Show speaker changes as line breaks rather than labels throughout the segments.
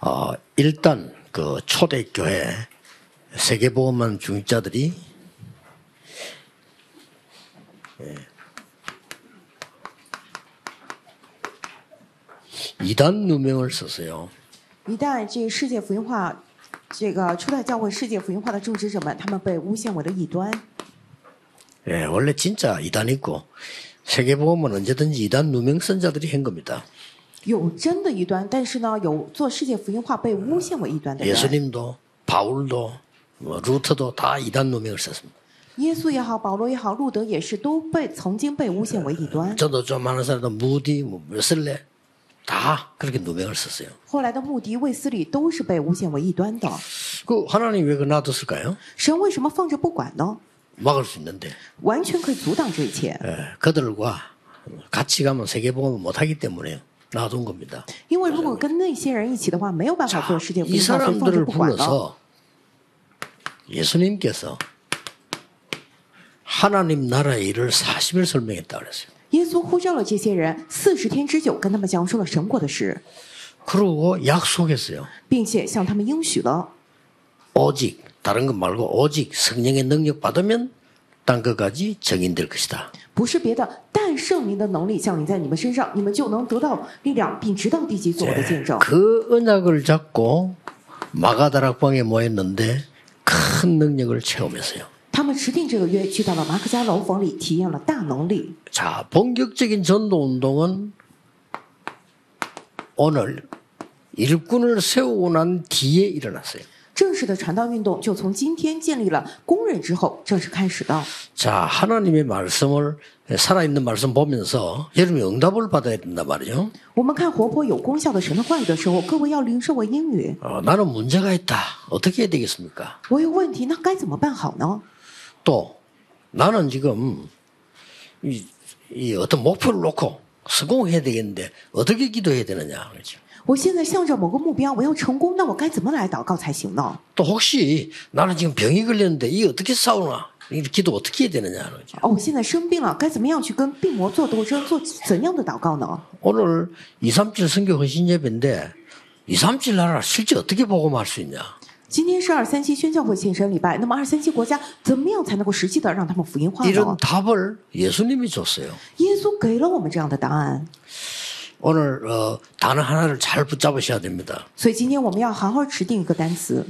어, 일단 그 초대교회 세계보험원 중직자들이 예, 이단 누명을 썼어요.
一旦这世界福音化，这个初代教会世界福音化的种植者们，他们被诬陷为了异端。
예, 원래 진짜 이단 있고 세계보험은 언제든지 이단 누명 쓴 자들이 한 겁니다.
有真的异端，但是呢，有做世界福音化被诬陷为异端的人。
예수님도 바울도 뭐 루터도 다 이단 누명을 썼습니다.
耶稣也好，保罗也好，路德也是，都被曾经被诬陷为异端。
저도 좀 많은 사람도 무디, 뭐 웨슬레 다 그렇게 누명을 썼어요.
后来的穆迪、卫斯理都是被诬陷为异端的。
그 하나님 왜 그 놔뒀을까요?
神为什么放着不管呢？
막을 수 있는데
完全可以阻挡这一切，
예, 그들과 같이 가면 세계복음을 못하기 때문에 놔둔 겁니다.
因为如果跟那些人一起的话，没有办法做世界福
이
音化，所以放着
사람들을
不管了。
불러서 예수님께서 하나님 나라 일을 40일 설명했다 그랬어요.
耶稣呼召了这些人，四十天之久跟他们讲述了神国的事，
그러고 약속했어요.
并且向他们应许了，
오직 다른 것 말고 오직 성령의 능력 받으면 땅 끝까지 정인될 것이다.
不是别的，但圣灵的能力降临在你们身上，你们就能得到力量，并直到地极做我的见证。
그 언약을 잡고 마가다락방에 모였는데 큰 능력을 체험했어요.
他们持定这个约，去到了马可家楼房里，体验了大能力。
자, 본격적인 전도 운동은 오늘 일꾼을 세우고 난 뒤에 일어났어요.
正式的传道运动就从今天建立了公认之后正式开始的。
자, 하나님의 말씀을 살아있는 말씀 보면서 여러분이 응답을 받아야 된단 말이죠.
我们看活泼有功效的神的话语的时候，各位要领受为英语。
어, 나는 문제가 있다. 어떻게 해야 되겠습니까?
我有问题，那该怎么办好呢？
또 나는 지금 이, 이 어떤 목표를 놓고 성공해야 되겠는데 어떻게 기도해야 되느냐 그렇죠.
我现在向着某个目标，我要成功，那我该怎么来祷告才行呢？
또 혹시 나는 지금 병이 걸렸는데 이 어떻게 싸우나 이 기도 어떻게 해야 되느냐 그렇죠.
哦，我现在生病了，该怎么样去跟病魔做斗争，做怎样的祷告呢？
오늘 237 성교 헌신 예배인데 237 나라 실제 어떻게 복음할 수 있냐
今天是二三七宣教会献身礼拜，那么二三七国家怎么样才能够实际的让他们福音化
이런
呢？
답을 예수님이 줬어요.
耶稣给了我们这样的答案，
오늘 어, 단어 하나를 잘 붙잡으셔야 됩니다.
所以今天我们要好好持定一个单词，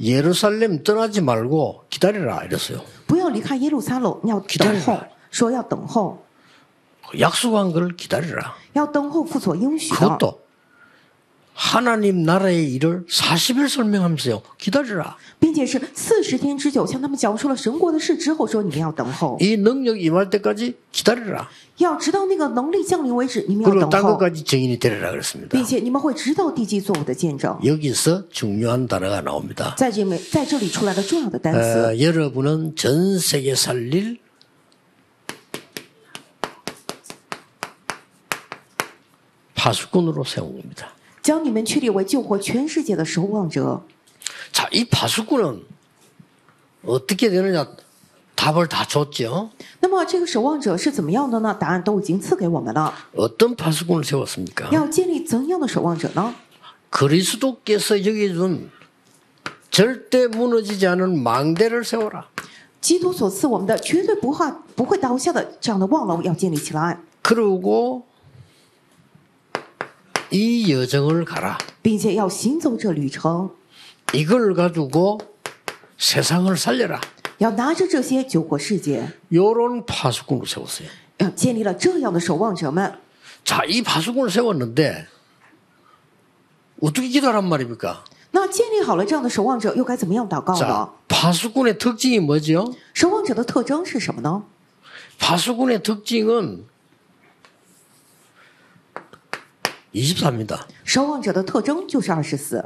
예루살렘 떠나지 말고 기다리라 이랬어요.
不要离开耶路撒冷，要等候，说要等候，
그 약속한 걸 기다리라.
要等候父所应许的。
그것도 하나님 나라의 일을 40일 설명하면서요. 기다리라.
并且是四十天之久向他们讲述了神国的事之后，说你们要等候，
이 능력 임할 때까지 기다리라.
要直到那个能力降临为止，你们要
그리고
等
딴
候，
것까지 증인이 되리라 그랬습니다.
并且你们会直到地基做我的见证。
여기서 중요한 단어가 나옵니다.
在这面，在这里出来了重要的单
어,
词，
여러분은 전 세계 살릴 파수꾼으로 세운 겁니다.
将你们确立为救活全世界的守望者。
자, 이 파수꾼은 어떻게 되느냐 답을 다 줬죠.
那么这个守望者是怎么样的呢？答案都已经赐给我们了。
어떤 파수꾼을 세웠습니까?
要建立怎样的守望者呢？
그리스도께서 여기준 절대 무너지지 않은 망대를 세워라.
基督所赐我们的绝对不怕不会倒下的这样的望楼要建立起来，
그러고 이 여정을 가라.
并且要行走这旅程，
이걸 가지고 세상을 살려라.
要拿着这些救活世界，
요런 파수꾼을 세웠어요.
要建立了这样的守望者们。
자, 이 파수꾼을 세웠는데 어떻게 기도하란 말입니까?
那建立好了这样的守望者，又该怎么样祷告
자,
呢？
파수꾼의 특징이 뭐죠?
守望者的特征是什么呢？
파수꾼의 특징은 24입니다.
守望者的特征就是二十四，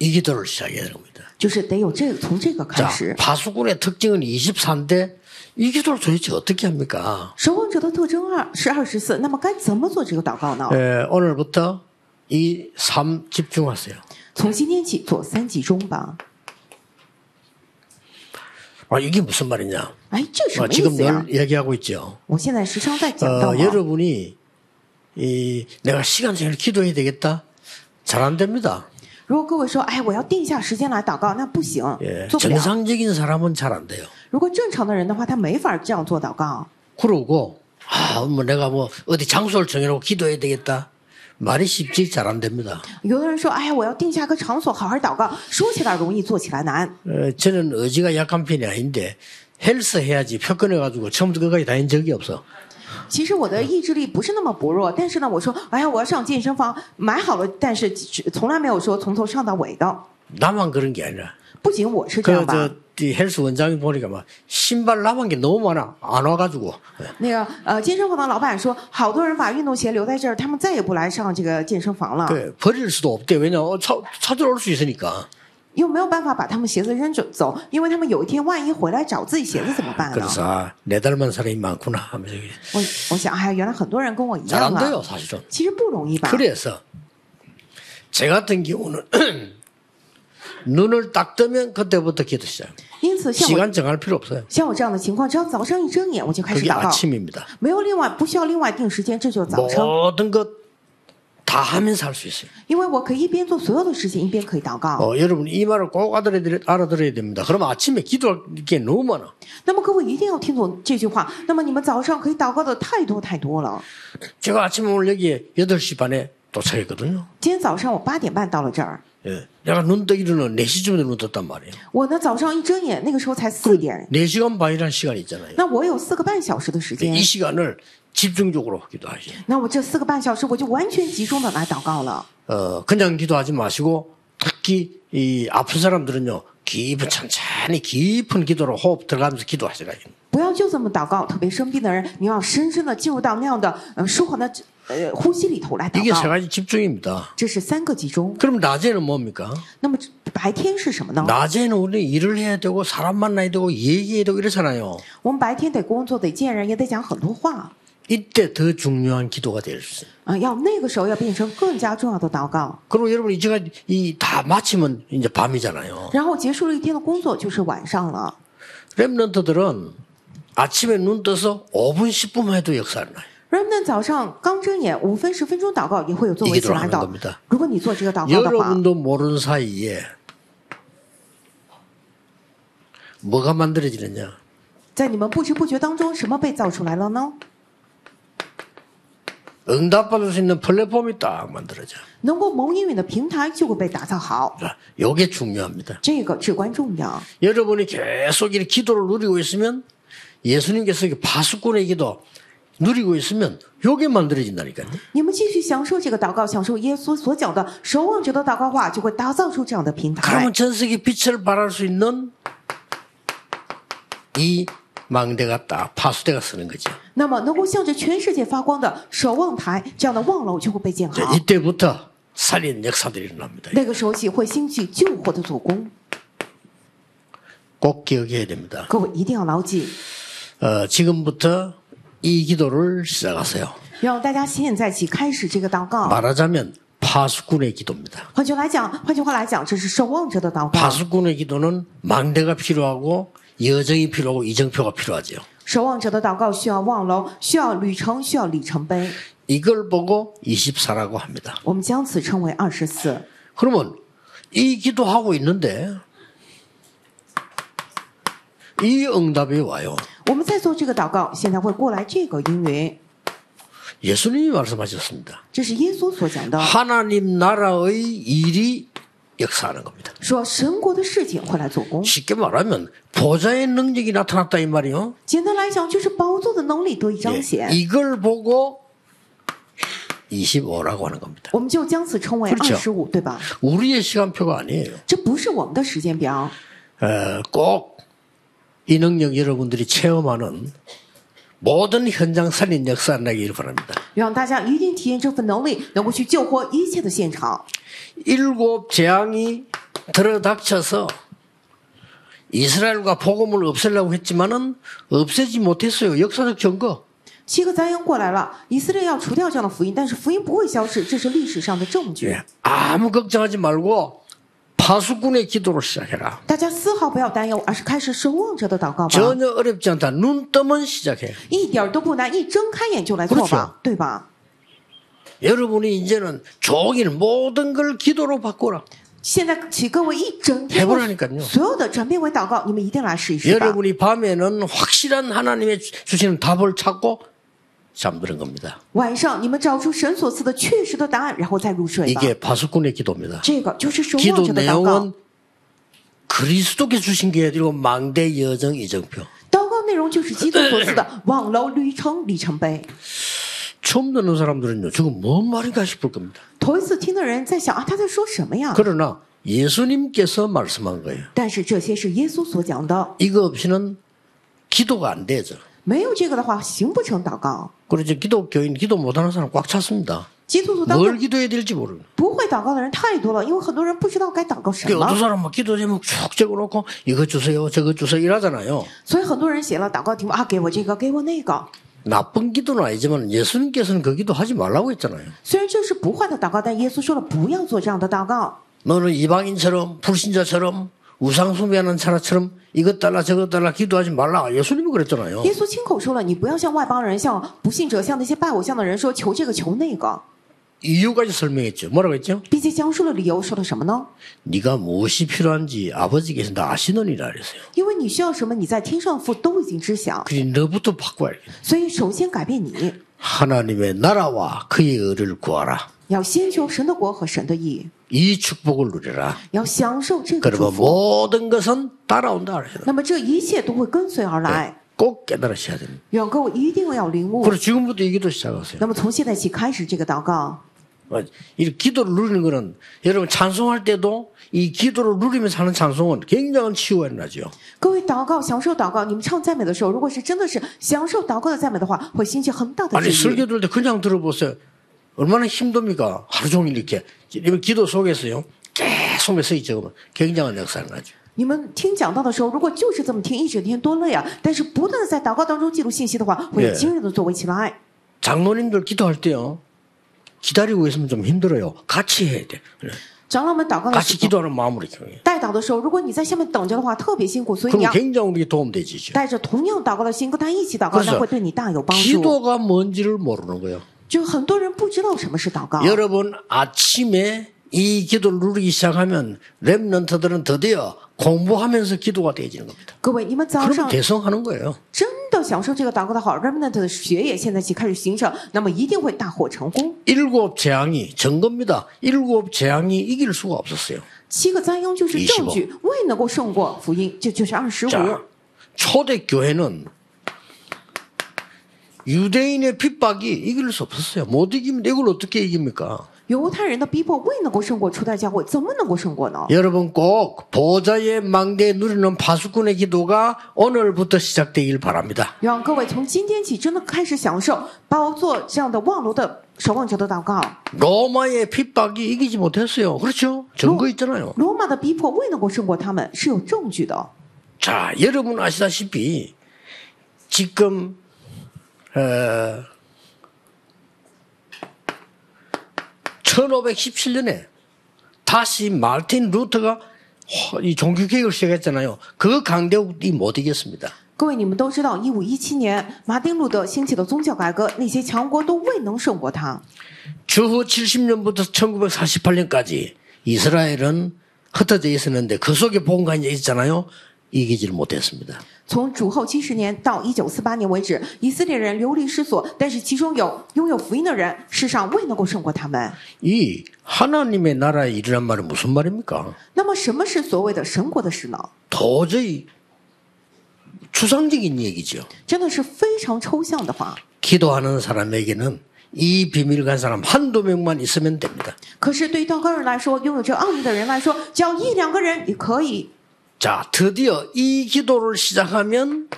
이 기도를 시작해야 되는 겁니다.
就是得有这从这个开
자,
始。
파수꾼의 특징은 24인데 이 기도를 도대체 어떻게 합니까?
守望者的特征二是二十四，那么该怎么做这个祷告呢？
예, 오늘부터 이 3 집중하세요.
从今天起做三集中吧。
아, 이게 무슨 말이냐?
哎，这什
어,
么意
지금
思呀
늘 ？ 얘기하고 있죠.
我现在时常在
어,
讲到嘛，
여러분이 이 내가 시간 제일 기도해야 되겠다. 잘 안 됩니다.
如果各位说，哎，我要定下时间来祷告，那不行
예, ，
做不了。
정상적인 사람은 잘 안 돼요.
如果正常的人的话，他没法这样做祷告。
그러고 아, 뭐 내가 뭐 어디 장소를 정해놓고 기도해야 되겠다. 말이 쉽지 잘 안 됩니다.
有的人说，哎呀，我要定下个场所好好祷告，说起来容易，做起来难。
어, 저는 의지가 약한 편이 아닌데 헬스 해야지 표건해가지고 처음부터 끝까지 다닌 적이 없어.
其实我的意志力不是那么薄弱，但是呢，我说，哎呀，我要上健身房，买好了，但是从来没有说从头上到尾的。
나만 그런 게 아니라.
不仅我是这样吧，
그저 헬스 원장이 보니까 막 신발 남은 게 너무 많아 안 와가지고
那个呃，健身房的老板说，好多人把运动鞋留在这儿，他们再也不来上这个健身房了，
그 버릴 수도 없대. 왜냐면 어, 찾- 찾으러 올 수 있으니까.
又没有办法把他们鞋子扔走走，因为他们有一天万一回来找自己鞋子怎么办呢？
그래서 아, 내 닮은 사람이 많구나 하면서
我我想，哎呀，原来很多人跟我一
잘
样
안
啊，
돼요 사실은.
其实不容易吧？
그래서 제 같은 경우는 눈을 딱 뜨면 그때부터 기도 시작.
因此，像我
시간 정할 필요 없어요.
像我这样的情况，只要早上一睁眼我就开始
그게
祷告，
아침입니다.
没有另外不需要另外定时间，这就是早上，
모든 것 다 하면서 할 수 있어요.
因为我可以一边做所有的事情，一边可以祷告。
어, 여러분 이 말을 꼭 알아들어야, 알아들어야 됩니다. 그럼 아침에 기도할 게 너무 많아.
那么各位一定要听懂这句话。那么你们早上可以祷告的太多太多了。
제가 아침에 오늘 여기 8시 반에 도착했거든요.
今天早上我八点半到了这儿，
예. 내가 눈 뜨기 전에 4시쯤에 눈 떴단 말이에요.
我呢早上一睁眼，那个时候才四点，
4시간 반이라는 시간이 있잖아요.
那我有四个半小时的时间
이 。 시간을 집중적으로 기도하세요.
那我这四个半小时，我就完全集中的来祷告了。
어, 그냥 기도하지 마시고 특히 이 아픈 사람들은요 깊은 천천히 깊은 기도로 호흡 들어가면서 기도하시라.
不要就这么祷告，特别生病的人，你要深深的进入到那样的呃舒缓的呃呼吸里头来
이게
祷
세
告。
가지 집중입니다.
这是三个集中。
그럼 낮에는 뭡니까?
那么白天是什么呢？
낮에는 우리 일을 해야 되고 사람 만나야 되고 얘기해야 되고 이러잖아요.
我们白天得工作，得见人，也得讲很多话
이때 더 중요한 기도가 될 수 있어요.
啊。要那个时候要变成更加重要的祷告。
그리고 여러분 이제가 이 다 마치면 이제 밤이잖아요.
然后结束了一天的工作，就是晚上了。
렘런트들은 아침에 눈 떠서 5분 10분만 해도 역사를 나요.
Remnant 早上刚睁眼，五分十分钟祷告也会有作为起
이게
来祷
들어가는겁니다 。
如果你做这个祷告的话，
여러분도 모르는 사이에 뭐가 만들어지느냐?
在你们不知不觉当中，什么被造出来了呢？
응답받을 수 있는 플랫폼이 딱 만들어져.
能够蒙应允的平台就会被打造好，
이게 중요합니다.
这个至关重要。
여러분이 계속 이 기도를 누리고 있으면 예수님께서 이 파수꾼의 기도 누리고 있으면 이게 만들어진다니까요.
你们继续享受这个祷告，享受耶稣所讲的守望者的祷告话，就会打造出这样的平台
그러면 。전 세계 빛을 발할 수 있는 이 망대가 딱 파수대가 쓰는 거죠.
那么，能够向着全世界发光的守望台这样的望楼就会被建好
자, 。 이때부터 살린 역사들이 일어납니다.
那个时候起会兴起救火的主攻，
꼭 기억해야 됩니다.
各位一定要牢记。
어, 지금부터 이 기도를 시작하세요.
让大家现在起开始这个祷告。
말하자면 파수꾼의 기도입니다.
换句话来讲，换句话来讲，这是守望者的祷告。
파수꾼의 기도는 망대가 필요하고 여정이 필요하고 이정표가 필요하죠.
守望者的祷告需要望楼，需要旅程，需要里程碑。
이걸 보고 24라고 합니다.
我们将此称为二十四。
그러면 이 기도하고 있는데 이 응답이 와요.
我们在做这个祷告，现在会过来这个应允，
예수님이 말씀하셨습니다.
这是耶稣所讲的，
하나님 나라의 일이 역사하는 겁니다.
说神国的事情会来做工。
쉽게 말하면 보좌의 능력이 나타났다 이 말이요.
简单来讲，就是宝座的能力得以彰
예,
显。
이걸 보고 25라고 하는 겁니다.
我们就将此称为
不是
二
这
十五，对吧？
우리의 시간표가 아니에요.
这不是我们的时间表，
어, 꼭 이 능력 여러분들이 체험하는 모든 현장 살린 역사 나기를 바랍니다.
让大家一定体验这份能力，能够去救活一切的现场。
일곱 재앙이 들어닥쳐서 이스라엘과 복음을 없애려고 했지만은 없애지 못했어요. 역사적 증거.
七个灾殃过来了，以色列要除掉这样的福音，但是福音不会消失，这是历史上的证据。
아무 걱정하지 말고 파수꾼의 기도로 시작해라.
大家丝毫不要担忧，而是开始守望者的祷告吧，
전혀 어렵지 않다. 눈 뜨면 시작해.
一点儿都不难，一睁开眼就来做
不是
吧，对吧？
여러분이 이제는 종일 모든 걸 기도로 바꾸라.
现在请各位一整天
해보라니깐요
所有的转变为祷告，你们一定来试一试吧。
여러분이 밤에는 확실한 하나님의 주시는 답을 찾고 잠드는 겁니다.
晚上你们找出神所赐的确实的答案，然后再入睡吧。
이게 바수꾼의 기도입니다.
这个就是守望
기도
者的祷告
내용은 。 그리스도께 주신 게 아니고 망대 여정 이정표.
祷告内容就是基督所赐的 网楼旅程里程碑。
처음 듣는 사람들은요, 저거 뭔 말인가 싶을 겁니다.
头一次听的人在想啊，他在说什么呀？
그러나 예수님께서 말씀한 거예요.
但是这些是耶稣所讲的，
이거 없이는 기도가 안 되죠.
没有这个的话，行不成祷告。
그래서 기독교인 기도 못하는 사람 꽉 찼습니다.
基督徒当
뭘
中
기도해야 될지 모르는.
不会祷告的人太多了，因为很多人不知道该祷告什
그 어떤
么，
사람 막 기도 제목 쭉 적어놓고 이거 주세요, 저거 주세요 이러잖아요.
所以很多人写了祷告题目啊，给我这个，给我那个。
나쁜 기도는 아니지만 예수님께서는 그 기도 하지 말라고 했잖아요.
虽然这是不坏的祷告，但耶稣说了不要做这样的祷告。
너는 이방인처럼 불신자처럼 우상 숭배하는 차라처럼 이것 달라 저것 달라 기도하지 말라. 예수님이 그랬잖아요.
耶稣亲口说了，你不要像外邦人、像不信者、像那些拜偶像的人说求这个求那个，
이유까지 설명했죠. 뭐라고 했죠?
并且讲述了理由，说了什么呢？
네가 무엇이 필요한지 아버지께서 다 아시느니라 그랬어요.
因为你需要什么，你在天上父都已经知晓，
그리 너부터 바꿔야겠다.
所以首先改变你，
하나님의 나라와 그의 의를 구하라.
要先求神的国和神的义，
이 축복을 누리라.
要享受这个祝
그러면
福。
모든 것은 따라온다 그래요.
那么这一切都会跟随而来。
꼭 깨달으셔야 됩니다.
远哥，我一定要领悟。
그래서 지금부터 이 기도 시작하세요.
那么从现在起开始这个祷告，
어, 이 기도를 누리는 거는 여러분 찬송할 때도 이 기도를 누리면서 하는 찬송은 굉장한 치유가 나죠.
各位祷告，享受祷告。你们唱赞美的时候，如果是真的是享受祷告的赞美的话，会兴起很大的
아니
治愈。
설교 들을 때 그냥 들어보세요. 얼마나 힘듭니까? 하루 종일 이렇게 이런 기도 속에서요. 계속 메시지 적으면 굉장한 역사를 나죠.
你们听讲到的时候，如果就是这么听一整天，多累啊！但是不断的在祷告当中记录信息的话，会有
Yeah.
惊人的作为起来。
장로님들 기도할 때요. 기다리고 있으면 좀 힘들어요. 같이 해야 돼.
长老们祷告的
같이
时候，
기도하는 마음으로 이렇게 해요.
带祷的时候，如果你在下面等着的话，特别辛苦，所以你
그럼
要
굉장히 우리에게 도움되지죠.
带着同样祷告的心跟他一起祷告，
그래서
那会对你大有帮助。
기도가 뭔지를 모르는 거예요.
就很多人不知道什么是祷告，
여러분 아침에 이 기도를 누리기 시작하면 렘넌트들은 드디어 공부하면서 기도가 되어지는 겁니다.
各位，你们早
그러면
上
대성하는 거예요.
真的享受这个祷告的好，Remnant 的学业现在起开始形成，那么一定会大获成功。
일곱 재앙이 증거입니다. 일곱 재앙이 이길 수가 없었어요.
七个灾殃就是证据，未能够胜过福音，这就是二十五。
자, 초대 교회는 유대인의 핍박이 이길 수 없었어요. 못 이기면 이걸 어떻게 이깁니까?
犹太人的逼迫未能够胜过初代教会，怎么能够胜过呢？
여러분 꼭 보좌의 망대에 누리는 파수꾼의 기도가 오늘부터 시작되길 바랍니다.
让各位从今天起真的开始享受包做这样的望楼的守望者的祷告。
로마의 핍박이 이기지 못했어요. 그렇죠? 증거
로-
있잖아요.
罗马的逼迫未能够胜过他们，是有证据的。
자, 여러분 아시다시피 지금 어, 1517년에 다시 마틴 루터가 허- 이 종교 개혁을 시작했잖아요. 그 강대국이 못 이겼습니다.
各位，你们都知道，一五一七年马丁路德兴起的宗教改革，那些强国都未能胜过他。
주후 70년부터 1948년까지 이스라엘은 흩어져 있었는데 그 속에 본관이 있잖아요. 이기지를 못했습니다.
从主后七十年到一九四八年为止，以色列人流离失所，但是其中有拥有福音的人，世上未能够胜过他们。
이 하나님의 나라의 일이란 말은 무슨 말입니까?
那么，什么是所谓的神国的事呢？
도저히 추상적인 얘기죠.
真的是非常抽象的话。
기도하는 사람에게는 이 비밀 간 사람 한두 명만 있으면 됩니다.
可是对于祷告人来说，拥有这奥秘的人来说，只要一两个人也可以。
자, 드디어 이 기도를 시작하면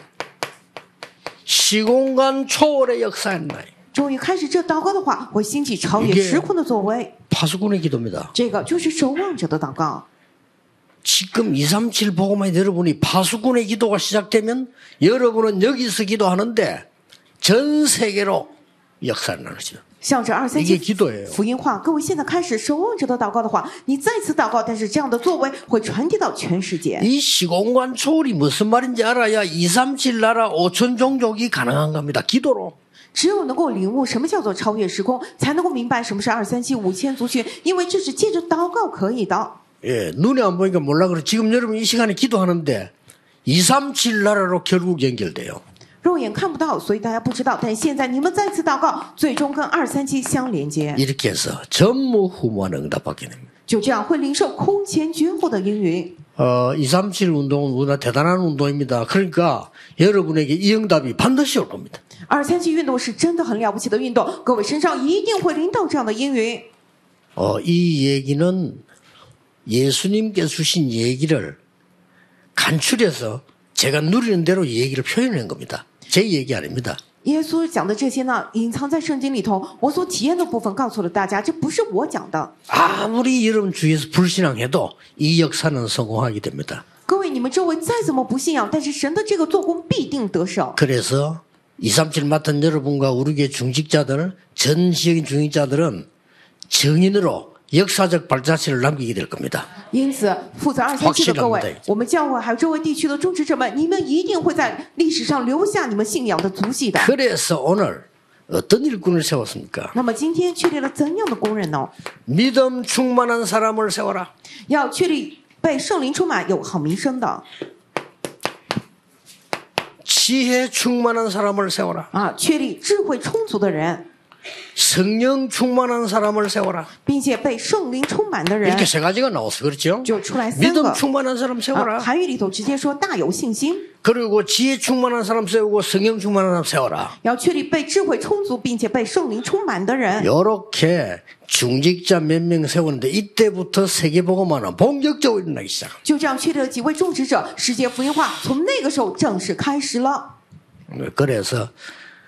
시공간 초월의 역사였나요?
终于开始这祷告的话，会兴起超越
이게
时空的作为。
파수꾼의 기도입니다.
这个就是守望者的祷告。
지금 237 복음의 여러분이 파수꾼의 기도가 시작되면 여러분은 여기서 기도하는데 전 세계로 역사를 나누죠.
像这二三
이게
七
기도예요.
福音化，各位现在开始守望者的祷告的话，你再次祷告，但是这样的作为会传递到全世界。
이 시공간 초월이 무슨 말인지 알아야 237 나라 5천 종족이 가능한 겁니다. 기도로.
只有能够领悟什么叫做超越时空，才能够明白什么是二三七五千族群，因为这是借着祷告可以的。
예, 눈에 안 보니까 몰라 그래. 지금 여러분 이 시간에 기도하는데 2, 3, 7 나라로 결국 연결돼요.
肉眼看不到，所以大家不知道。但现在你们再次祷告，最终跟二三七相连接，
이렇게 해서 전무후무한 응답받게 됩니다.
就这样会领受空前绝后的应允。
어, 2, 3, 7 운동은 누구나 대단한 운동입니다. 그러니까 여러분에게 이 응답이 반드시 올 겁니다.
二三七运动是真的很了不起的运动，各位身上一定会领到这样的应允。
어, 이 얘기는 예수님께서 주신 얘기를 간추려서 제가 누리는 대로 이 얘기를 표현한 겁니다. 제 얘기 아닙니다.
耶稣讲的这些呢，隐藏在圣经里头，我所体验的部分告诉了大家，这不是我讲的。
아무리 여러분 주위에서 불신앙해도 이 역사는 성공하게 됩니다.
各位，你们周围再怎么不信仰，但是神的这个做工必定得胜。
그래서 237 맡은 여러분과 우리 교회 중직자들, 전 지역인 중직자들은 증인으로 역사적 발자취를 남기게 될 겁니다.
因此，负责二三七的各
확실합니다
位，我们教会还有周围地区的众职者们，你们一定会在历史上留下你们信仰的足迹的。
그래서 오늘 어떤 일꾼을 세웠습니까?
那么今天确立了怎样的工人呢？
믿음 충만한 사람을 세워라.
要确立被圣灵充满、有好名声的
지혜 충만한 사람을 세워라.
啊，确立智慧充足的人，
성령 충만한 사람을 세워라.
并且被圣灵充满的人
이렇게 。세 가지가 나왔어. 아, 그렇죠?
就出来三个
믿음 。 충만한 사람
啊，
세워라.
韩语里头直接说大有信心，
그리고 지혜 충만한 사람 세우고 성령 충만한 사람 세워라.
要确立被智慧充足并且被圣灵充满的人。
요렇게 중직자 몇 명 세우는데 이때부터 세계보고만은 본격적으로 일어나기 시작.
就这样确立了几位种植者，世界福音化从那个时候正式开始了。
그래서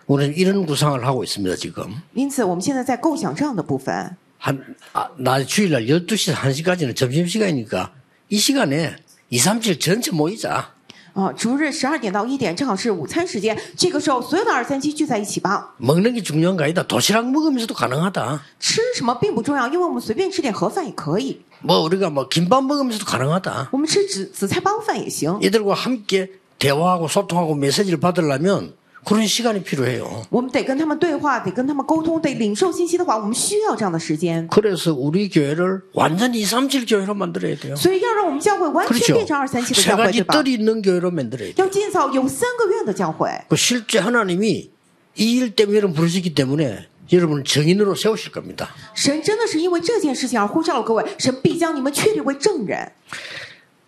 우리는 이런 구상을 하고 있습니다, 지금.
因此，我们现在在构想这样的部分。
한, 아, 나 주일날 12시에서 1시까지는 점심시간이니까 이 시간에 2, 3일 전체 모이자.
啊，逐日十二点到一点正好是午餐时间，这个时候所有的二三七聚在一起吧。
먹는 게 중요한 거 아니다. 도시락 먹으면서도 가능하다.
吃什么并不重要，因为我们随便吃点盒饭也可以，
뭐 우리가 뭐 김밥 먹으면서도 가능하다.
我们吃紫紫菜包饭也行。
이들과 함께 대화하고 소통하고 메시지를 받으려면 그런 시간이 필요해요.
我们得跟他们对话，得跟他们沟通，得领受信息的话，我们需要这样的时间。
그래서 우리 교회를 완전히 2, 3질 교회로 만들어야 돼요.
所以要让我们教会完全
그렇죠.
变成二三七的
세
教会，对
가지
吧？
뜰이 있는 교회로 만들어야 돼요.
要建造有三个愿的教会。
그 실제 하나님이 이 일 때문에 여러분 부르시기 때문에 여러분을 정인으로 세우실 겁니다.
神真的是因为这件事情而呼召了各位，神必将你们确立为证人。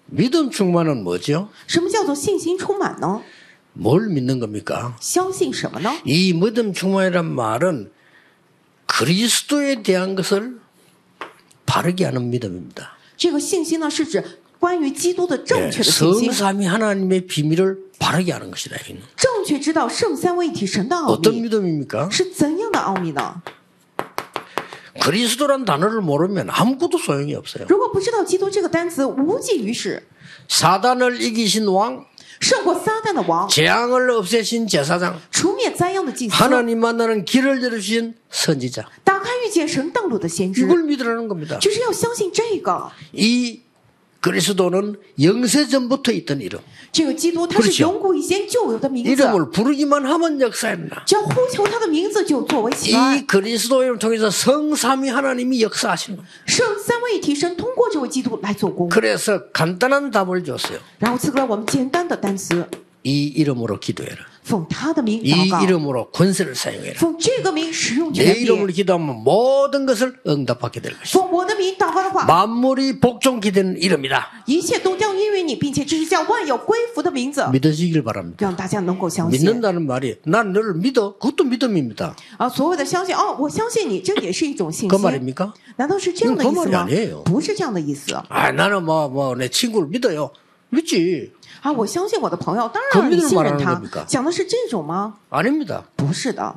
믿음 충만은 뭐죠?
什么叫做信心充满呢？
뭘 믿는 겁니까?
相信什么呢？
이 믿음 충만이란 말은 그리스도에 대한 것을 바르게 하는 믿음입니다.
这个信心呢，是指关于基督的
예,
正确的信心，
성삼이 하나님의 비밀을 바르게 하는 것이다. 이거는.
正确知道圣三位一体神的奥
어떤 예.
秘
믿음입니까?
是怎样的奥秘呢？
그리스도란 단어를 모르면 아무것도 소용이 없어요.
如果不知道基督这个单词，无济于事。
사단을 이기신 왕,
胜过撒旦的王，
재앙을 없애신 제사장,
除灭灾殃的祭司，
하나님 만나는 길을 열어주신 선지자.
打开遇见神道路的先知，
이걸 믿으라는 겁니다.
就是要相信这个。
이 그리스도는 영세전부터 있던 이름.
这个基督他
不是
是
小
永古以前就有的名字，
이름을 부르기만 하면 역사했나.
只要呼求他的名字就作为喜
이
爱。
그리스도 이름 통해서 성삼위 하나님이 역사하시는 겁니다.
圣三位一体神通过这位基督来做工，
그래서 간단한 답을 줬어요.
然后赐给了我们简单的单词，
이 이름으로 기도해라.
奉他的名
이
祷告，
이름으로 권세를 사용해라.
奉这个名使用
내
权
이름을
柄，
기도하면 모든 것을 응답하게 될 것이다.
奉我的名祷告的话，
만물이 복종기되는 이름이다.
一切都将因为你，并且这是叫万有归服的名字，
믿으시길 바랍니다.
让大家能够相信
믿는다는 말이 난 널 믿어. 그것도 믿음입니다.
啊，所谓的相信哦，我相信你，这也是一种信
그
心。
말입니까?
难道是这样的意思
嗯그말이아니에요
吗？不是这样的意思
아 나는 뭐 뭐 내 친구를 믿어요. 믿지?
啊！我相信我的朋友，当
그
然
믿음을
你信任
말하는겁
他
니까 。
讲的是这种吗？
아닙니다.
不是的，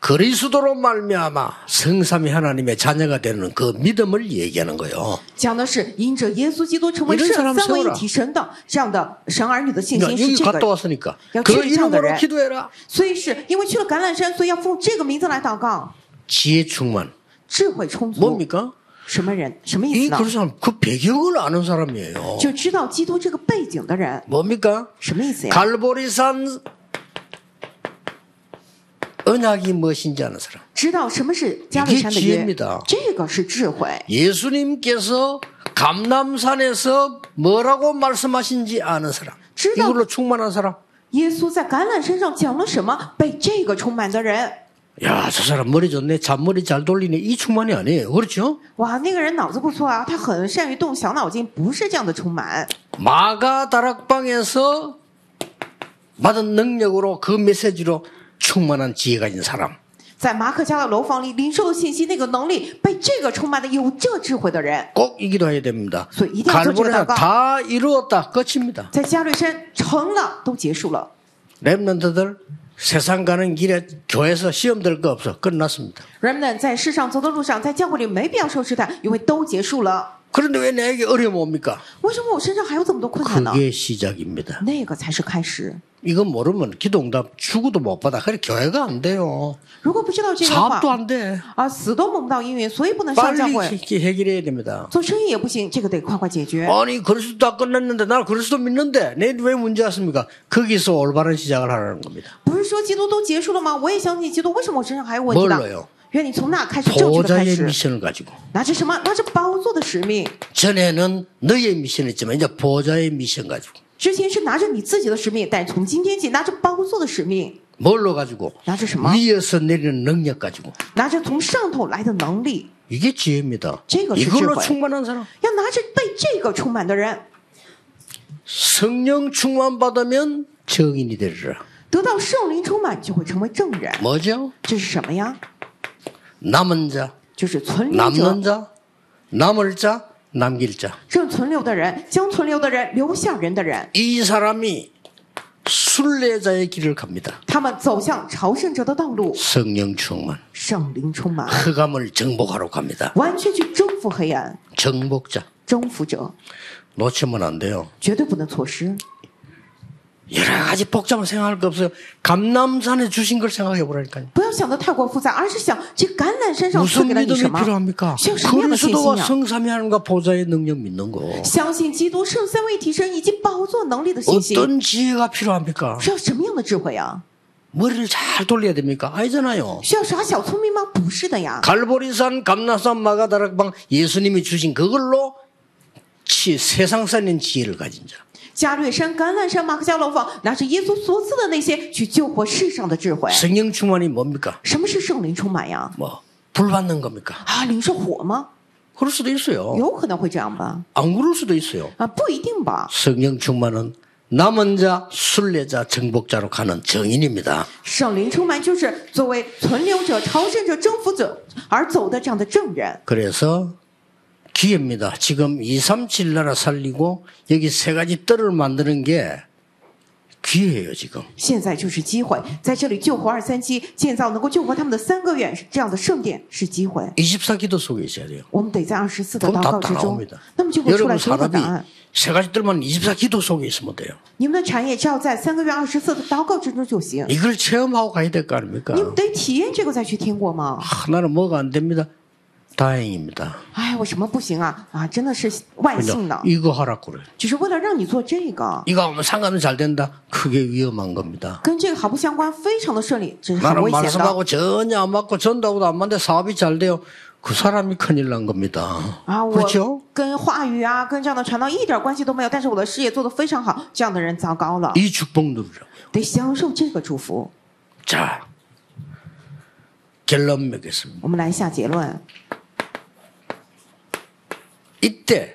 그리스도로 말미암아 성삼위 하나님의 자녀가 되는 그 믿음을 얘기하는 거예요.
讲的是因着耶稣基督成为
이런사람
圣三位
세워라
一体神的这样的神儿女的信
그러니까
心是
여기
这
갔다
个，
왔으니까
야,
그
진짜
이름으로
그래.
기도해라.
所以是因为去了橄榄山，所以要奉这个名字来祷告，
지혜 충만.
智慧充足。
뭡니까?
什么人？什么意
이
思呢？
그리스도 그 배경을 아는 사람이에요.
就知道基督这个背景的人， 네.
뭡니까?
什么意思呀？
갈보리산 언약이 무엇인지 아는 사람.
知道什么是加利山的啊
이게지혜입
约
니다 ，
这个是智慧。
예수님께서 감남산에서 뭐라고 말씀하신지 아는 사람.
지혜다.
이걸로 충만한 사람.
耶稣在橄榄山上讲了什么？被这个充满的人，
야, 저 사람 머리 좋네. 잔머리 잘 돌리네. 이 충만이 아니에요. 그렇죠?
哇，那个人脑子不错啊，他很善于动小脑筋，不是这样的充满。
마가 다락방에서 받은 능력으로 그 메시지로 충만한 지혜가 있는 사람.
在马可家的楼房里领受的信息，那个能力被这个充满的有这智慧的人，
꼭 이기도 해야 됩니다.
소- 이대로
갈보리는
쫓아다가-
다 이루었다. 끝입니다.
在加略山成了，都结束了。
랩런트들 세상 가는 길에 교회에서 시험 될 거 없어. 끝났습니다.
Remnant 在世上走的路上，在教会里没必要受试探，因为都结束了。
그런데 왜 내게 어려움 옵니까?
为什么我身上还有这么多困难呢？
그게 시작입니다.
那个才是开始。
이거 모르면 기도응답 죽어도 못 받아. 그래 교회가 안 돼요.
如果不知道这个的话，
사업도 안 돼.
啊，死都蒙不到姻缘，所以不能上教
빨리
会，
해- 해결해야 됩니다.
做生意也不行，这个得快快解决。
아니 그리스도 다 끝났는데 나 그리스도 믿는데 내일 왜 문제 왔습니까? 거기서 올바른 시작을 하라는 겁니다.
不是说基督都结束了吗？我也相信基督，为什么我身上还有问题呢
뭘로요 ？
愿你从那开始正确的开
보좌의
始，
미션을 가지고
拿着什么？拿着宝座的使命。
전에는 너의 미션이었지만 이제 보좌의 미션 가지고
之前是拿着你自己的使命，但从今天起拿着宝座的使命，
뭘로 가지고
拿着什么？
위에서 내리는 능력 가지고
拿着从上头来的能力，
이게 지혜입니다.
제가
이걸로
지혜예요.
충만한 사람
要拿着被这个充满的人，
성령 충만 받으면 정인이 되리라.
得到圣灵充满，就会成为证人。
뭐죠?
这是什么呀？
남은 자,
就是存留
남는
者，
자, 남을 자, 남길 자.
正存留的人，将存留的人留下人的人，
이 사람이 순례자의 길을 갑니다.
他们走向朝圣者的道路，
성령 충만.
圣灵充满，
흑암을 정복하러 갑니다.
完全去征服黑暗，
정복자.
征服者。
놓치면 안 돼요.
绝对不能错失。
여러 가지 복잡한 생각할 거 없어요. 감남산에 주신 걸 생각해 보라니까요.
不要想的太过复杂，而是想这橄榄山上赐
무슨
给了你
믿음이
什么？
필요합니까?
需要什么样的信
그리스도와
心呀？
성삼위 하나님과 보좌의 능력 믿는 거.
相信基督圣三位提升以及宝座能力的信心，
어떤 지혜가 필요합니까?
需要什么样的智慧啊？
머리를 잘 돌려야 됩니까? 아니잖아요.
需要耍小聪明吗？不是的呀，
갈보리산, 감나산, 마가다락방 예수님이 주신 그걸로 치, 세상 사는 지혜를 가진 자.
加略山、橄榄山、马克加楼房，拿着耶稣所赐的那些去救活世上的智慧。
성령 충만이 뭡니까?
什么是圣灵充满呀？
뭐 불받는 겁니까?
啊，灵是火吗？
그럴 수도 있어요.
有可能会这样吧？
안 그럴 수도 있어요.
啊，不一定吧。
성령 충만은 남은 자, 순례자, 정복자로 가는 정인입니다.
圣灵充满就是作为存留者、朝圣者、征服者而走的这样的证人。
그래서 기회입니다. 지금 237 나라 살리고 여기 세 가지 뜰을 만드는 게 기회예요, 지금.
现在就是机会，在这里救活二三七，建造能够救活他们的三个院这样的圣殿是机会。
24기도 속에 있어야 돼요.
我们得在二十四的
그럼
祷
다
告之中
나옵니다. ，
那么就会出来
여러분
所有的
산업이
答案。
세 가지 뜰만 24기도 속에 있으면 돼요.
你们的产业只要在三个月二十四的祷告之中就行。
이걸 체험하고 가야 될 거
你
아닙니까?
们得体验这个再去天国吗？
하나는 뭐가 안 됩니다. 다행입니다.
哎，我什么不行啊？啊，真的是万
그냥
幸呢，
이거 하라고 그래.
只是为了让你做这个，
이거 하면 상관은 잘 된다. 그게 위험한 겁니다.
跟这个毫不相关，非常的顺利，这是很
나는
危险的
말씀하고 전혀 안 맞고 전도하고도 안 맞는데 사업이 잘 돼요. 그 사람이 큰일 난 겁니다.
啊！我
그렇죠?
跟话语啊，跟这样的传道一点关系都没有，但是我的事业做得非常好，这样的人糟糕了，
이 축복 누르라고.
得享受这个祝福。
자, 결론 맺겠습니다.
我们来下结论：
이때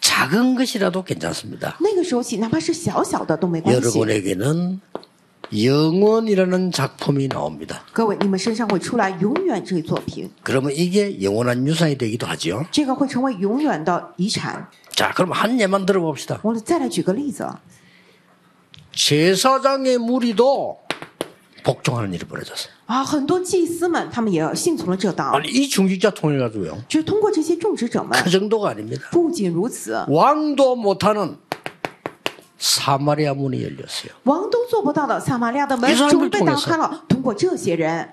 작은 것이라도 괜찮습니다.
那个时候起，哪怕是小小的都没关系。
여러분에게는 영원이라는 작품이 나옵니다.
各位，你们身上会出来永远这一作品，
그러면 이게 영원한 유산이 되기도 하죠.
这个会成为永远的遗产。
자, 그럼 한 예만 들어봅시다.
我再来举个例子，
제사장의 무리도 복종하는 일이 벌어졌어요.
啊，很多祭司们他们也信从了这道，
아니, 이 중직자 통해가지고요.
就是通过这些种植者们。
그 정도가 아닙니다.
不仅如此，
왕도 못하는 사마리아 문이 열렸어요.
王都做不到的，撒玛利亚的门
이 사람을
终于被打开了。通过这些人，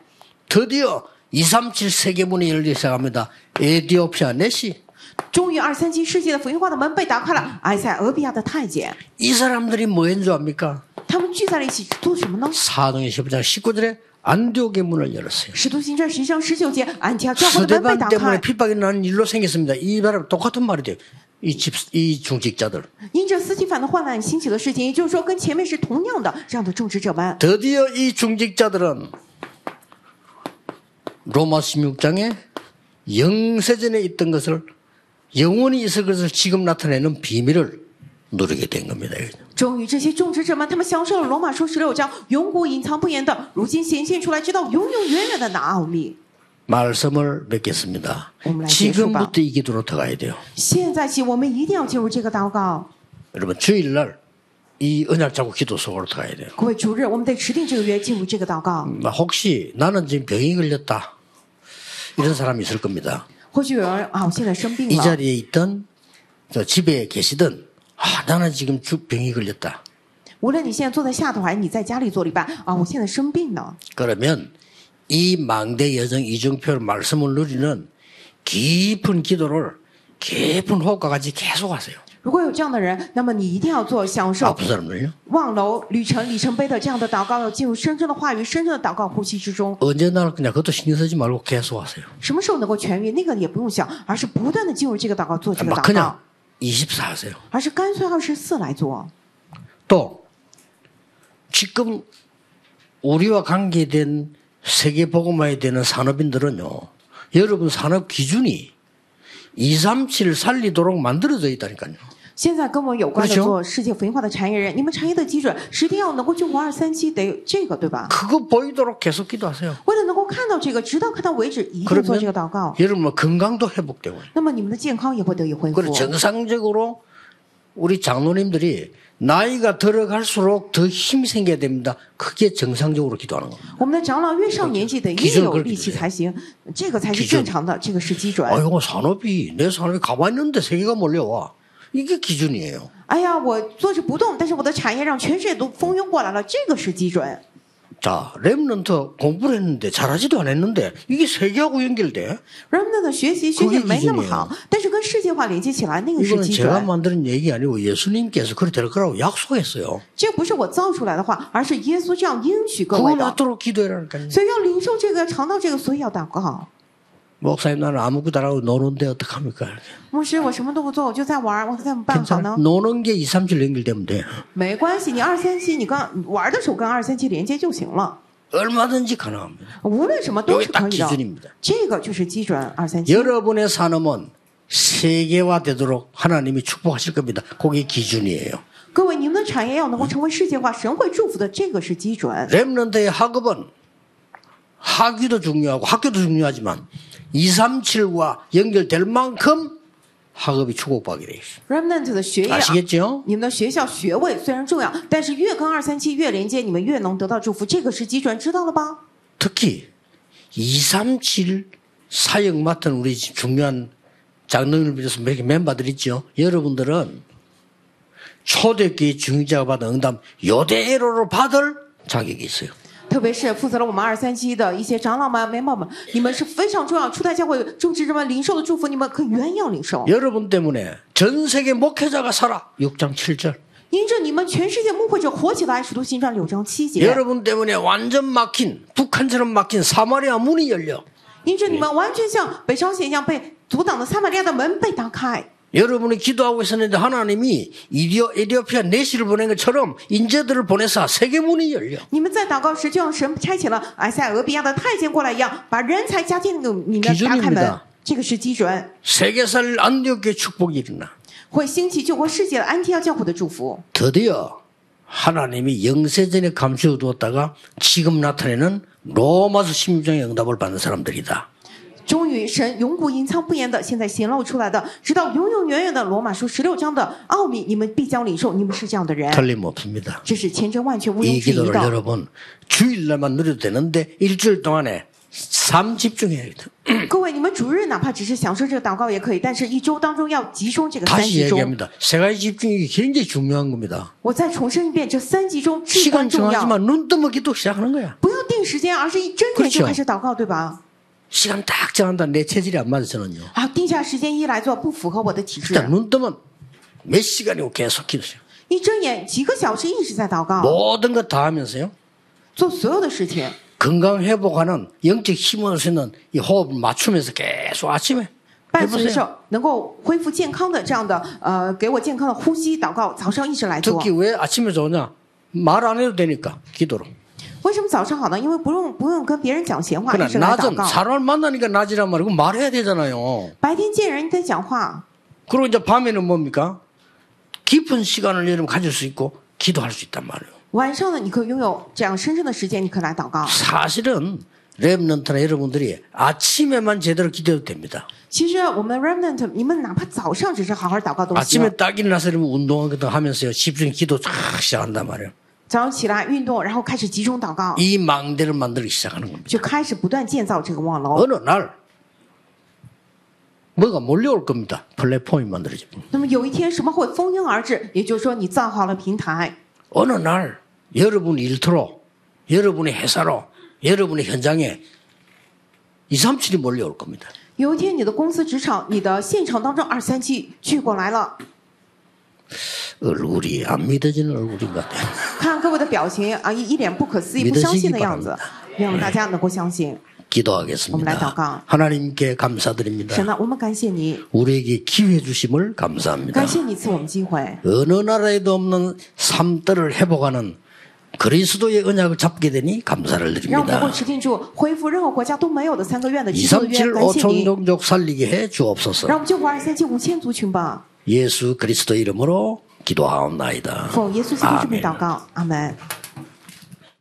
드디어 237 세계문이 열리기 시작합니다. 에디오피아 내시.
终于二三七世界的福音化的门被打开了。埃塞俄比亚的太监，
이 사람들이 뭐 했는 줄 압니까?
他们聚在了一起做什么呢？
사도행 15장 19절에 안디옥의 문을 열었어요.
使徒行传十一章十九节，安提阿教会的门被
스데반
打
때문에
开，
핍박이 나는 일로 생겼습니다. 이 말은 똑같은 말이 돼요. 이 집, 이 중직자들.
因着斯提凡的患难兴起的事情，也就是说跟前面是同样的这样的种植者们。
드디어 이 중직자들은 로마 16장에 영세전에 있던 것을 영원히 있을 것을 지금 나타내는 비밀을 누리게 된 겁니다.
终于，这些种植者们，他们享受了罗马书十六章永古隐藏不言的，如今显现出来，知道永永远远的那奥秘。
말씀을 맺겠습니다.
어머나,
지금부터 이 기도로 들어가야 돼요.
现在起，我们一定要进入这个祷告。
여러분 주일날 이 은혜를 자고 기도 속으로 들어가야 돼요.
各位主日，我们得持定这个约，进入这个祷告。
음, 혹시 나는 지금 병이 걸렸다 이런 사람이 있을 겁니다.
或许有人啊，我现在生病
이
了，
자리에 있던 저 집에 계시던 아, 나는 지금 주 병이 걸렸다.
无论你现在坐在下头还是你在家里做礼拜啊，我现在生病了。
그러면 이 망대 여정 이정표 말씀을 누리는 깊은 기도를 깊은 호흡과같이 계속 하세요.
如果有这样的人，那么你一定要做享受
아픈 그 사람을요.
望楼旅程里程碑的这样的祷告，要进入深深的话语、深深的祷告呼吸之中。
언제 나를 그냥 그것도 신경 쓰지 말고 계속 하세요.
什么时候能够痊愈，那个也不用想，而是不断的进入这个祷告，做这个
막
祷告
그냥 。 24 하세요.
而是干脆二十四来做。
또 지금 우리와 관계된 세계 보고마에 되는 산업인들은요. 여러분 산업 기준이 237 살리도록 만들어져 있다니까요.
现在跟我有关的
不是
做世界福音化的产业人，你们产业的基准十定要能够救活二三七，得有这个对吧？
그거 보이도록 계속 기도하세요.
为了能够看到这个，直到看到为止，一定做这个祷告。
여러분 뭐 건강도 회복되고요.
那么你们的健康也会得以恢复。
그리고 정상적으로 우리 장로님들이 나이가 들어갈수록 더 힘이 생겨야 됩니다. 그게 정상적으로 기도하는 겁니다.
我们的长老越上年纪得
基
越
准
有力气才行，这个才是
基准
正常的，这个是基准。
아이고 산업이 내 산업이 가만히 있는데 세계가 몰려와. 이게 기준이에요.
哎呀，我坐着不动，但是我的产业让全世界都蜂拥过来了，这个是基准。
자, 렘넌트 공부를 했는데 잘하지도 않았는데 이게 세계하고 연결돼?
r a m 的学习学习
可以
没那么
理解
好，但是跟世界化连接起来，那个是
이거는
基
제가
准。
만드는 얘기 아니고 예수님께서 그렇게 될 거라고 약속했어요.
这不是我造出来的话，而是耶稣这样应许各位
그걸
的。
낳도록 기도해라니까요.
所以要领受这个，尝到这个，所以要祷告。
목사님 나는 아무것도 안 하고 노는데 어떡합니까?
牧师，我什么都不做，我就在玩，我怎么办好
괜찮아.
呢？
노는 게 2, 3, 7 연결되면 돼.
没关系，你二三七，你刚玩的时候跟二三七连接就行了，
얼마든지 가능합니다.
无论什么都
이게
是
딱
可以的。
기준입니다.
这个就是基准二三七。
여러분의 산업은 세계화 되도록 하나님이 축복하실 겁니다. 그게 기준이에요.
各位，你们的产业要能够成为世界化，神会祝福的，这个是基准。
랩런트의 학업은 학위도 중요하고 학교도 중요하지만 2, 3, 7과 연결될 만큼 학업이 축복받게 돼 있어요.
Remnant 的学业啊，
아시겠죠?
你们的学校学位虽然重要，但是越跟二三七越连接，你们越能得到祝福，这个是基准，知道了吧？
특히 2, 3, 7 사역 맡은 우리 중요한 장로님을 비롯해서 몇 멤버들 있죠. 여러분들은 초대교회 중위자가 받은 응답 요대로로 받을 자격이 있어요.
特别是负责了我们二三七的一些长老们、m e m 们，你们是非常重要。初代教会众职人们领受的祝福，你们可以原样领受。
여러분 때문에 전 세계 목회자가 살아. 6장 7절.
因着你们全世界牧会者火起来，《使徒行传》六章七节。
여러분 때문에 완전 막힌 북한처럼 막힌 사마리아 문이 열려.
因着你们完全像北朝鲜一样被阻挡的撒玛利亚的门被打开。
여러분이 기도하고 있었는데 하나님이 이디오, 에디오피아 내시를 보낸 것처럼 인재들을 보내사 세계 문이 열려.
你们在祷告时，就像神差遣了埃塞俄比亚的太监过来一样，把人才加进那个你
基
们
准
打开
你们
门
的。
这个是基准，
세계사를 안디옥의 축복이 일어나.
会兴起救国世界的安提亚教会的祝福。
드디어 하나님이 영세전에 감추어 두었다가 지금 나타내는 로마서 16장의 응답을 받는 사람들이다.
终于，神永古隐藏不言的，现在显露出来的，直到永永远远的罗马书十六章的奥秘，你们必将领受。你们是这样的
네.
人，
틀림없습니다.
这是千真万确、毋
이
庸置疑
기도를
的。
여러분 주일날만 누려도 되는데 일주일 동안에 삶 집중해야 돼.
各位，你们主日哪怕只是享受这个祷告也可以，但是一周当中要集中这个三
다시
集中。
얘기합니다. 세 가지 집중이 굉장히 중요한 겁니다.
我再重申一遍，这三集中至关
시간
重要。
정하지만 눈 뜨면 기도 시작하는 거야.
不要定时间，而是一睁眼就开始祷告，对吧？
시간 딱 정한다. 내 체질이 안 맞아 저는요.
啊，定下时间一来做，不符合我的体质
일단 。눈 뜨면 몇 시간이고 계속 기도해요. 아.
一睁眼几个小时一直在祷告，
모든 거 다 하면서요.
做所有的事情。
건강 회복하는 영적 힘을 쓰는 이 호흡을 맞추면서 계속 아침에
伴随
해보세요.
着能够恢复健康的这样的呃，给我健康的呼吸祷告，早上一直来做
특히 。왜 아침에 좋냐? 말 안 해도 되니까 기도로.
为什么早上好呢？因为不用不用跟别人讲闲话，
그러나
一直来祷
낮은
告。
사람을 만나니까 낮이란 말이고 말해야 되잖아요.
白天见人在讲话，
그리고 이제 밤에는 뭡니까? 깊은 시간을 여러분 가질 수 있고 기도할 수 있단 말이에요.
晚上呢，你可以拥有这样深深的时间，你可以来祷告。
사실은 랩런트나 여러분들이 아침에만 제대로 기도해도 됩니다.
其实我们 remnant，你们哪怕早上只是好好祷告都行。
아침에 딱 일어나서 여러분 운동하거든 하면서요. 집중 기도 쫙 시작한단 말이에요.
早上起来运动，然后开始集中祷告，
이 망대를 만들기 시작하는 겁니다.
就开始不断建造这个望楼。
어느 날 뭐가 몰려올 겁니다. 플랫폼이 만들어집니다.
那么有一天什么会蜂拥而至？也就是说，你造好了平台，
어느 날 여러분 일터로 여러분의 회사로 여러분의 현장에 2, 3, 7이 몰려올 겁니다.
有一天你的公司、职场、你的现场当中二三七聚过来了。
얼굴이 안 믿어지는 얼굴인 것 같아요.
看各位的表情啊，一一脸不可思议、
믿으시기
不相信的样子，希望大家能够相信。
기도하겠습니다.
엄라다가.
하나님께 감사드립니다.
神呢，我们感谢你，
우리에게 기회 주심을
感
감사합니다.
谢你赐我们机会。
어느 나라에도 없는 삶들을 회복하는 그리스도의 언약을 잡게 되니 감사를
让我们能够
드립니다.
持定住恢复任何国家都没有的三个愿的基督的约，
237
感谢
5천
你，
종족 어 살리게 해 주옵소서.
让我们救活二三七五千族群吧。
어, 예수 그리스도 이름으로 기도하옵나이다.
奉耶稣基督之名
아멘.
祷告，阿门。